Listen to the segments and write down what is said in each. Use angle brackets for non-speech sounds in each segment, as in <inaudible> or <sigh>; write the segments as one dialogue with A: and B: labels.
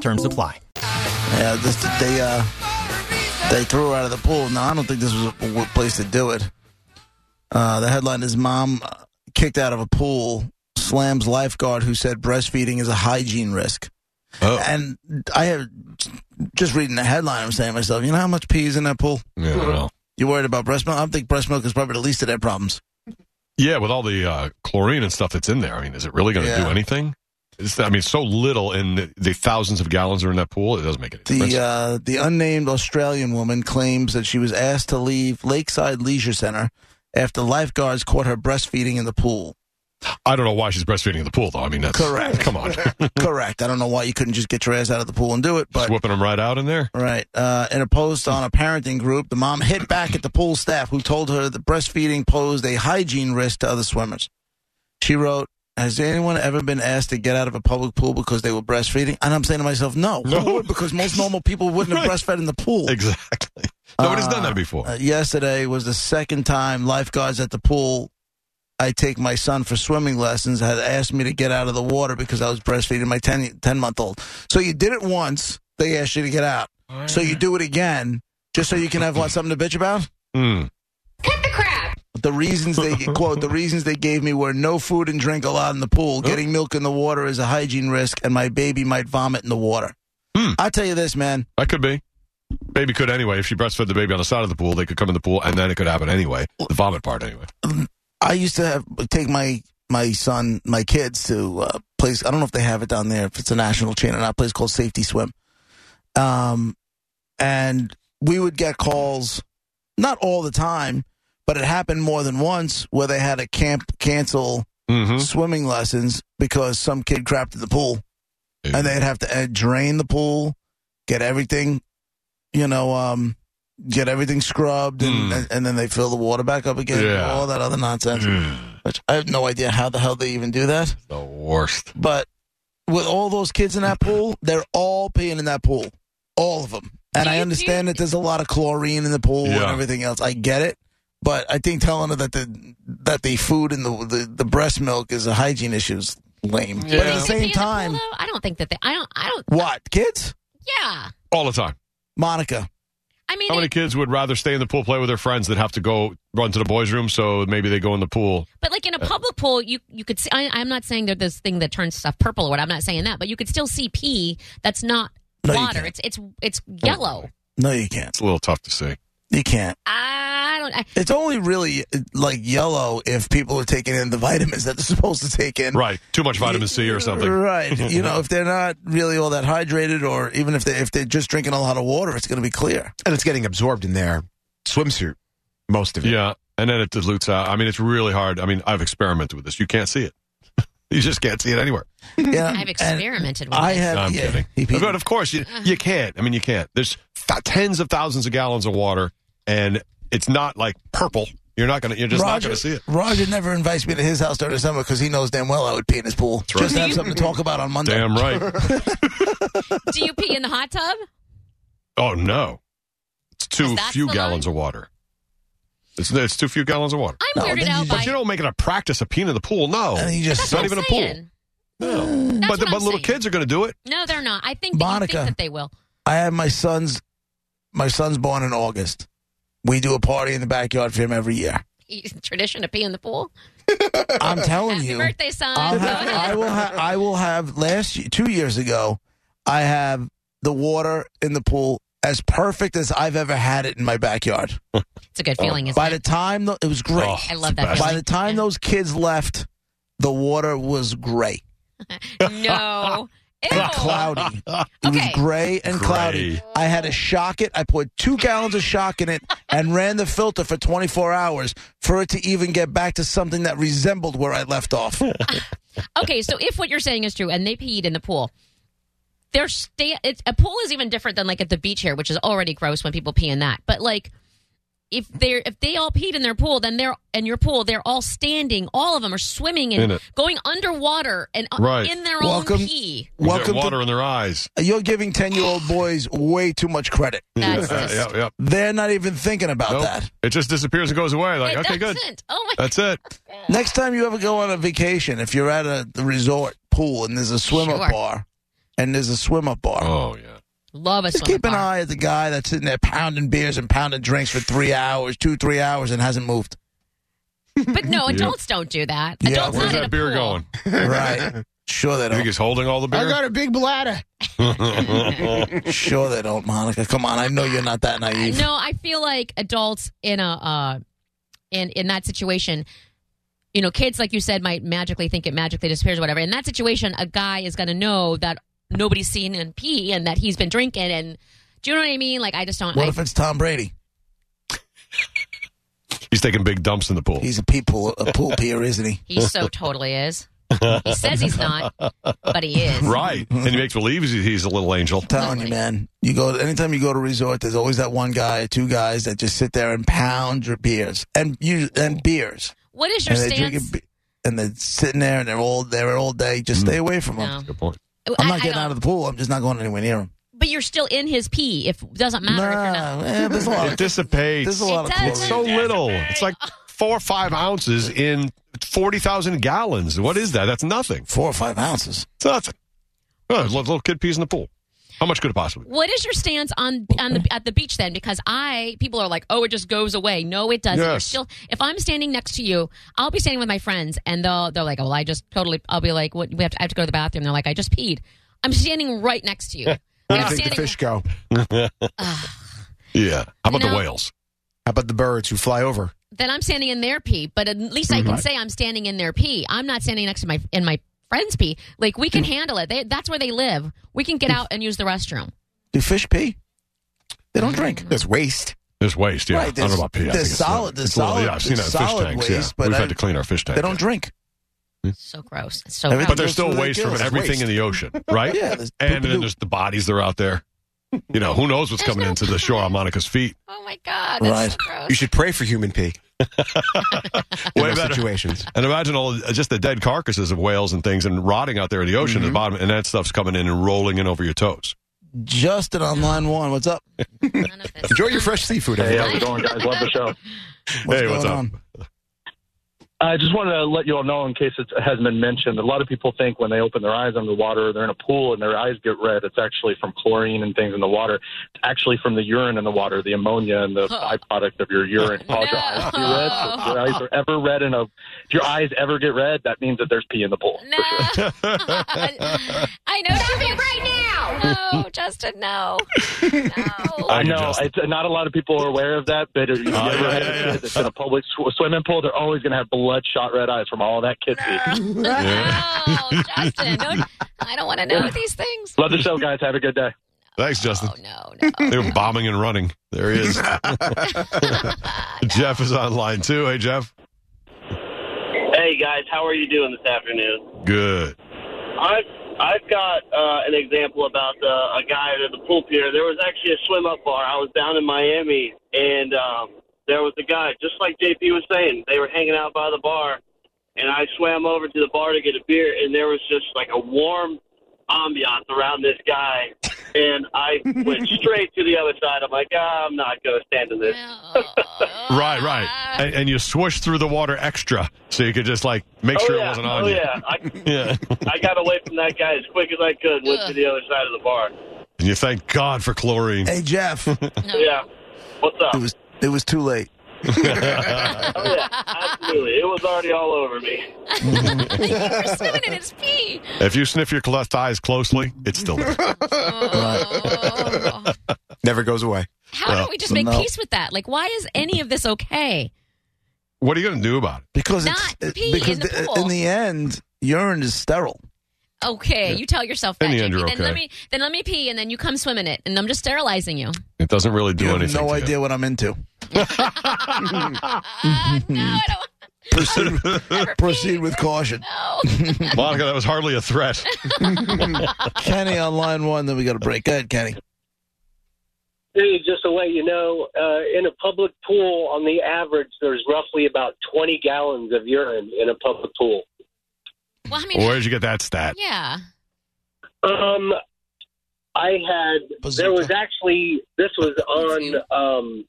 A: Terms apply.
B: Yeah, this, they uh, they threw her out of the pool. Now I don't think this was a w- place to do it. Uh, the headline is "Mom uh, kicked out of a pool slams lifeguard who said breastfeeding is a hygiene risk."
C: Oh.
B: And I have just reading the headline. I'm saying to myself, you know how much pee is in that pool?
C: Yeah, well.
B: You worried about breast milk? I think breast milk is probably the least of their problems.
C: Yeah, with all the uh, chlorine and stuff that's in there, I mean, is it really going to
B: Yeah.
C: do anything? It's, I mean, so little in the, the thousands of gallons that are in that pool, it doesn't make any difference.
B: The uh, the unnamed Australian woman claims that she was asked to leave Lakeside Leisure Center after lifeguards caught her breastfeeding in the pool.
C: I don't know why she's breastfeeding in the pool, though. I mean, that's
B: uh, Correct.
C: <laughs>
B: <laughs>
C: Come on,
B: Correct. I don't know why you couldn't just get your ass out of the pool and do it,
C: just
B: but
C: whipping them right out in there. <laughs>
B: right. Uh, in a post on a parenting group, the mom hit back at the pool staff who told her that breastfeeding posed a hygiene risk to other swimmers. She wrote, "Has anyone ever been asked to get out of a public pool because they were breastfeeding?" And I'm saying to myself, "No,
C: No.
B: Who would? because most normal people wouldn't have
C: <laughs> Right.
B: breastfed in the pool."
C: Exactly. Nobody's done that before.
B: Uh, yesterday was the second time lifeguards at the pool I take my son for swimming lessons had asked me to get out of the water because I was breastfeeding my 10 month old. So you did it once, they asked you to get out. So you do it again just so you can have what, something to bitch about?
C: Mm.
B: The reasons they quote the reasons they gave me were no food and drink allowed in the pool. Getting milk in the water is a hygiene risk, and my baby might vomit in the water.
C: Hmm.
B: I tell you this, man.
C: That could be. Baby could anyway. If she breastfed the baby on the side of the pool, they could come in the pool, and then it could happen anyway. The vomit part, anyway.
B: I used to have take my my son, my kids to uh, place. I don't know if they have it down there. If it's a national chain or not, a place called Safety Swim. Um, and we would get calls, not all the time, but it happened more than once where they had to camp cancel
C: Mm-hmm.
B: swimming lessons because some kid crapped in the pool,
C: Hmm.
B: and they'd have to uh, drain the pool, get everything, you know, um, get everything scrubbed, and,
C: Hmm.
B: and, and then they fill the water back up again.
C: Yeah.
B: All that other nonsense which I have no idea how the hell they even do that.
C: Mm. the worst.
B: But with all those kids in that pool, they're all peeing in that pool, all of them. And I understand that there's a lot of chlorine in the pool and
C: Yeah.
B: everything else. I get it, but I think telling her that the that the food and the the, the breast milk is a hygiene issue is lame. But at
C: Yeah.
B: the
C: Is it
B: same
D: pee in the pool,
B: time,
D: though? I don't think that they. I don't. I don't.
B: what kids?
D: Yeah.
C: All the time.
B: Monica,
D: I mean,
C: How many
D: it-
C: kids would rather stay in the pool, play with their friends, than have to go run to the boys' room? So maybe they go in the pool.
D: but like
C: Uh.
D: in a public pool, you you could. See, I, I'm not saying there's this thing that turns stuff purple or what. I'm not saying that, but you could still see pee that's not
B: No, you
D: water.
B: can't.
D: It's it's it's yellow.
B: no, you can't.
C: It's a little tough to see.
B: You can't.
D: I don't. I,
B: It's only really like yellow if people are taking in the <laughs> vitamins that they're supposed to take in.
C: Right. Too much vitamin C or something.
B: Right.
C: <laughs>
B: You know, if they're not really all that hydrated, or even if they if they're just drinking a lot of water, it's going to be
D: <laughs>
B: clear.
E: and it's getting absorbed in their swimsuit, most of it.
C: Yeah. And then it dilutes out. I mean, it's really hard. I mean, I've experimented with this. You can't see it. <laughs> you just can't see it anywhere.
B: Yeah,
D: I've experimented with.
B: I
D: it.
B: have.
C: No, I'm
B: yeah,
C: kidding.
B: he peed.
C: But of course, you, you can't. I mean, you can't. There's th- tens of thousands of gallons of water, and it's not like purple. You're not gonna. You're just not
B: Roger,
C: gonna see it.
B: Roger never invites me to his house during the summer because he knows damn well I would pee in his pool.
C: right.
B: Just to have something to talk about on Monday.
C: Damn right.
D: Do you pee in the hot tub?
C: oh no, it's too
D: that's
C: few
D: the
C: gallons of water. It's it's too few gallons of water.
D: I'm
B: No,
D: weirded
B: then
D: out
B: you
D: by.
C: But you don't make it a practice of peeing in the pool. No.
B: And he just
C: That's not
B: soaked-
C: even a pool.
D: saying.
C: no.
D: That's
C: But the-
D: what I'm
C: but little
D: saying.
C: kids are gonna do it.
D: No, they're not. I think that, you think
B: Monica.
D: that they will. <laughs>
B: I have my son's. My son's born in August. We do a party in the backyard for him every
D: <laughs>
B: year.
D: Tradition to pee in the pool.
B: I'm telling
D: Happy
B: you.
D: birthday, son.
B: I'll
D: Go
B: have,
D: ahead.
B: I will have. I will have. Last year, two years ago, I have the water in the pool as perfect as I've ever had it in my backyard.
D: It's a good feeling, isn't
B: By
D: it?
B: the time tho- it was great.
C: Oh,
D: I love that.
C: it's the
B: By
D: Feeling.
B: the time those kids left, the water was gray <laughs>
D: no. Ew.
C: Oh.
B: and
C: <laughs>
B: cloudy. It was
D: Okay.
B: gray and cloudy.
C: Gray.
B: I had a shock it. I put two gallons of shock
C: <laughs>
B: in it and ran the filter for 24 hours for it to even get back to something that resembled
D: <laughs>
B: where I left off.
D: Okay, so if what you're saying is true and they peed in the pool, they're sta- it's, a pool is even different than like at the beach here, which is already gross when people pee in that. But like if they're if they all peed in their pool, then they're in your pool. They're all standing. All of them are swimming
C: In
D: and
C: it.
D: going underwater and uh,
C: Right.
D: in their
B: Welcome-
D: own pee.
B: Welcome
C: water
B: to
C: in their eyes.
B: you're giving ten year old boys way too much credit.
D: That's
C: <laughs> yeah,
D: just-
C: yeah, yeah.
B: They're not even thinking about
C: Nope.
B: that.
C: It just disappears and goes away. Like,
D: Like,
C: okay,
D: that's
C: good.
D: it. Oh my
C: That's it.
B: Next time you ever go on a vacation, if you're at a resort pool and there's a swim up
D: Sure.
B: bar, and there's a swim up bar,
C: Oh yeah.
D: love a
B: just
D: swim
B: keep an eye at the guy that's sitting there pounding beers and pounding drinks for three hours, two, three hours, and hasn't moved.
C: <laughs>
D: But no, adults don't do that.
B: Yeah.
D: Adults
C: Where's
D: not in a
C: that beer
D: pool.
C: going? <laughs>
B: Right. Sure they
C: You think
B: don't.
C: he's holding all the beer?
E: I got a big bladder.
C: <laughs>
B: Sure they don't, Monica. Come on, I know you're not that naive.
D: No, I feel like adults in a uh, in in that situation, you know, kids like you said might magically think it magically disappears, or whatever. In that situation, a guy is going to know that nobody's seen him pee and that he's been drinking. And do you know what I mean? Like I just don't.
B: What
D: I-
B: if it's Tom Brady?
C: He's taking big dumps in the pool.
B: He's a people a pool peer, isn't he?
D: he so totally is. He
B: <laughs>
D: says he's not, but he is.
C: right, and he makes believe he's, he's a little angel.
B: telling you, man. You go anytime you go to a resort. There's always that one guy or two guys that just sit there and pound your beers and you and beers,
D: What is your
B: and they're
D: stance?
B: be- and they're sitting there and they're all there all day. Just
C: Mm.
B: stay away from them.
D: No.
C: Good point.
B: I'm
D: I-
B: not
D: I
B: getting
D: don't-
B: out of the pool. I'm just not going anywhere near them.
D: But you're still in his pee. If doesn't matter if you're not.
B: Nah, eh, there's a lot.
C: It <laughs>
B: Of,
C: dissipates.
B: there's a lot of
D: It
B: cool.
D: does.
C: It's so little. It's like four or five ounces in forty thousand gallons. What is that? That's nothing.
B: Four or five ounces.
C: It's nothing. Oh, little, little kid pees in the pool. How much could it possibly? be?
D: What is your stance on on the at the beach then? Because I people are like, oh, it just goes away. No, it doesn't. You're
C: Yes.
D: still. If I'm standing next to you, I'll be standing with my friends, and they'll they're like, oh, well, I just totally. I'll be like, what? We have to, I have to go to the bathroom. They're like, I just peed. I'm standing right next to you. And
E: Where do
D: I'm
E: you think the
D: standing.
E: fish go?
C: Yeah. How about the
D: No.
C: whales?
E: How about the birds who fly over?
D: Then I'm standing in their pee, but at least I can say I'm standing in their pee. I'm not standing next to my in my friends' pee. Like we can handle it. They, that's where they live. We can get out and use the restroom.
B: Do fish pee? They
D: Mm-hmm.
B: don't drink.
E: There's waste.
C: There's waste. Yeah.
B: Right,
C: I don't
B: there's-
C: know about pee. I
B: there's
C: think it's
B: solid-
C: nothing.
B: there's
C: It's a little-
B: solid-
C: Yeah, I've seen that in
B: there's
C: fish
B: solid
C: tanks. yeah.
B: waste, but
C: We've
B: I-
C: had to clean our fish tank.
B: They don't drink.
D: So gross. It's so
B: Everything
D: gross.
C: But there's still
B: Through the
C: waste from
B: gills.
C: everything in
B: <laughs>
C: the ocean, right?
B: Yeah, there's
C: And then
B: poop-a-doop.
C: there's the bodies that are out there. You know, who knows what's
D: There's
C: coming
D: no
C: into the shore on Monica's feet?
D: Oh my god, that's so
B: Right.
D: gross.
E: You should pray for human pee in
C: Way
E: those
C: better.
E: situations.
C: And imagine all uh, just the dead carcasses of whales and things and rotting out there in the ocean
B: Mm-hmm.
C: at the bottom, and that stuff's coming in and rolling in over your toes.
B: Justin on line one. What's up?
D: None of this.
E: Enjoy your fresh seafood. eh?
F: <laughs> Hey,
E: everyone.
F: how's it going, guys? Love
D: <laughs>
F: the show.
B: What's
C: hey,
B: going
C: what's up?
B: on?
F: I just wanted to let you all know, in case it hasn't been mentioned, a lot of people think when they open their eyes under the water, they're in a pool and their eyes get red. It's actually from chlorine and things in the water. It's actually from the urine in the water, the ammonia and the
D: Huh.
F: byproduct of
D: <laughs>
F: your urine cause your
D: No.
F: eyes to be red. So if your eyes are ever red in a, if your eyes ever get red, that means that there's pee in the pool.
D: No. <laughs> I know. Stop it right now. No, Justin, <laughs> no. No.
C: I
F: I
C: can
F: know
C: just-
F: it's, not a lot of people are aware of that, but if you
C: Oh,
F: ever
C: yeah,
F: had
C: yeah,
F: a
C: yeah.
F: kid that's in a public sw- swimming pool, they're always going to have bloodshot red eyes from all that
D: <laughs>
F: kid pee.
D: No, Justin, <laughs> don't, I don't want to know these things.
F: Love the show, guys. Have a good day.
C: Thanks, Justin.
D: Oh, no, <laughs> no.
C: They're bombing and running. There
B: <laughs>
C: he is. <laughs> Jeff is on line too. Hey, Jeff.
G: Hey guys, how are you doing this afternoon?
C: Good.
G: I've I've got uh, an example about uh, a guy at the pool pier. There was actually a swim up bar. I was down in Miami, and um, there was a guy just like JP was saying. They were hanging out by the bar, and I swam over to the bar to get a beer, and there was just like a warm ambiance around this guy, and I
C: <laughs>
G: went straight to the other side. I'm like, ah, I'm not gonna stand in this.
D: No.
C: Right, right.
G: Ah.
C: And, and you swish through the water extra so you could just like make
G: oh
C: sure
G: yeah,
C: it wasn't on
G: oh
C: you.
G: yeah. I,
C: Yeah.
G: I got away from that guy as quick as I could. Went to the other side of the bar.
C: And you thank God for chlorine.
B: Hey,
C: <laughs>
B: Jeff. it
D: No.
G: Yeah. What's
B: <laughs>
G: up?
B: was it was too late.
G: Oh, yeah, absolutely. It was already all over me.
D: You're swimming in his pee.
C: If you sniff your left eyes closely, it's still
G: <laughs>
C: there.
D: Oh.
E: Never goes away.
D: How
C: Well,
D: do we just make
B: no.
D: peace with that? Like, why is any of this okay?
C: What are you going to do about it?
B: Because
D: Not
B: it's, eh,
D: pee
B: because
D: in the
B: th-
D: pool.
B: in the end, urine is sterile.
D: Okay, you tell yourself
C: In
D: that.
C: the end,
D: JP.
C: you're
D: Then let
C: okay.
D: me then let me pee, and then you come swim in it, and I'm just sterilizing
C: <laughs>
D: you.
C: It doesn't really do
B: you have
C: anything.
B: no
C: to you.
B: idea what I'm into.
D: Ah, Uh, no, I don't.
B: Proceed,
D: Never
B: proceed
D: peed.
B: with
D: <laughs>
B: caution.
D: No.
C: <laughs> Monica, that was hardly a
G: <laughs>
C: threat.
B: Kenny on line one, then we got a break. Go ahead, Kenny.
G: Hey, just to let you know, uh, in a public pool, on the average, there's roughly about 20 gallons of urine in a public pool.
D: Well, I mean,
C: Where'd you get that stat?
D: yeah.
G: Um, I had there was actually this was on um,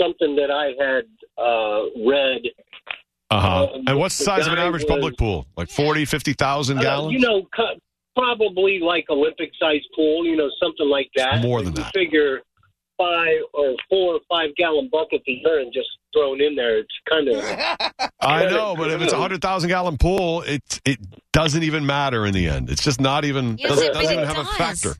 G: something that I had uh, read.
C: Uh huh.
G: Um,
C: And what's the
G: the
C: size of an
G: guy
C: average
G: was-
C: public pool? Like 40, 50,000
G: Uh,
C: gallons?
G: you know, cu- probably like Olympic sized pool. You know, something like that.
C: More than
G: You
C: that.
G: Figure five or four or five gallon buckets of urine just thrown in there. It's kind of
C: I
G: But
C: know,
G: it-
C: but if it's a hundred thousand gallon pool, it it doesn't even matter in the end. It's just not even
D: Yes,
C: doesn't,
G: it-
C: doesn't
G: but
C: even
D: it
C: have a
D: does.
C: factor.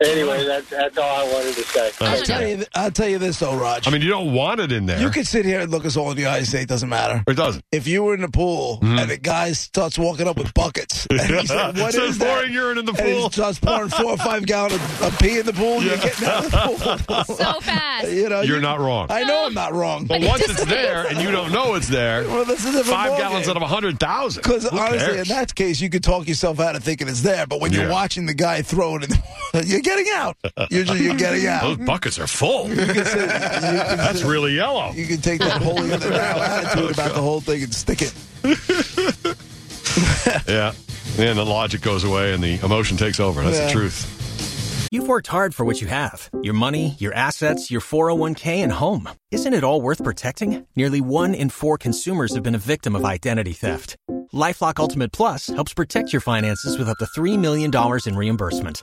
G: anyway. That's that's all I wanted to say.
D: I
B: I'll
D: don't
B: tell
D: know.
B: you, th- I'll tell you this though, Raj.
C: I mean, you don't want it in there.
B: you could sit here and look us all in the eye and say it doesn't matter.
C: it doesn't.
B: If you were in the pool
C: Mm-hmm.
B: and the guy starts walking up with
C: <laughs>
B: buckets, and he said, "What
C: Says
B: is that?"
C: pouring urine in the
B: And he
C: pool.
B: starts pouring four or five gallons of, of pee in the pool. You're getting out of the pool. <laughs>
D: So fast.
B: you know,
C: You're
B: you-
C: not wrong.
B: I know I'm not wrong.
C: but
D: it
C: once
D: just
C: it's there and you don't know it's there,
B: Well, this is a different
C: five
B: ballgame.
C: gallons out of a hundred thousand.
B: Because
C: Who
B: honestly,
C: cares?
B: in that case, you could talk yourself out of thinking it's there. But when
C: Yeah.
B: you're watching the guy throw it, in the, <laughs> you're getting out. You're, just, you're getting
C: those <laughs>
B: out.
C: buckets are full.
B: You can sit- you can
C: That's
B: sit-
C: really
B: <laughs>
C: yellow.
B: You can take that whole other
C: <laughs>
B: now attitude about the whole thing and stick it.
C: Yeah. And the logic goes away and the emotion takes over. That's the
B: Yeah.
C: truth.
A: You've worked hard for what you have your money, your assets, your 401k, and home. Isn't it all worth protecting? Nearly one in four consumers have been a victim of identity theft. Lifelock Ultimate Plus helps protect your finances with up to $3 million in reimbursement.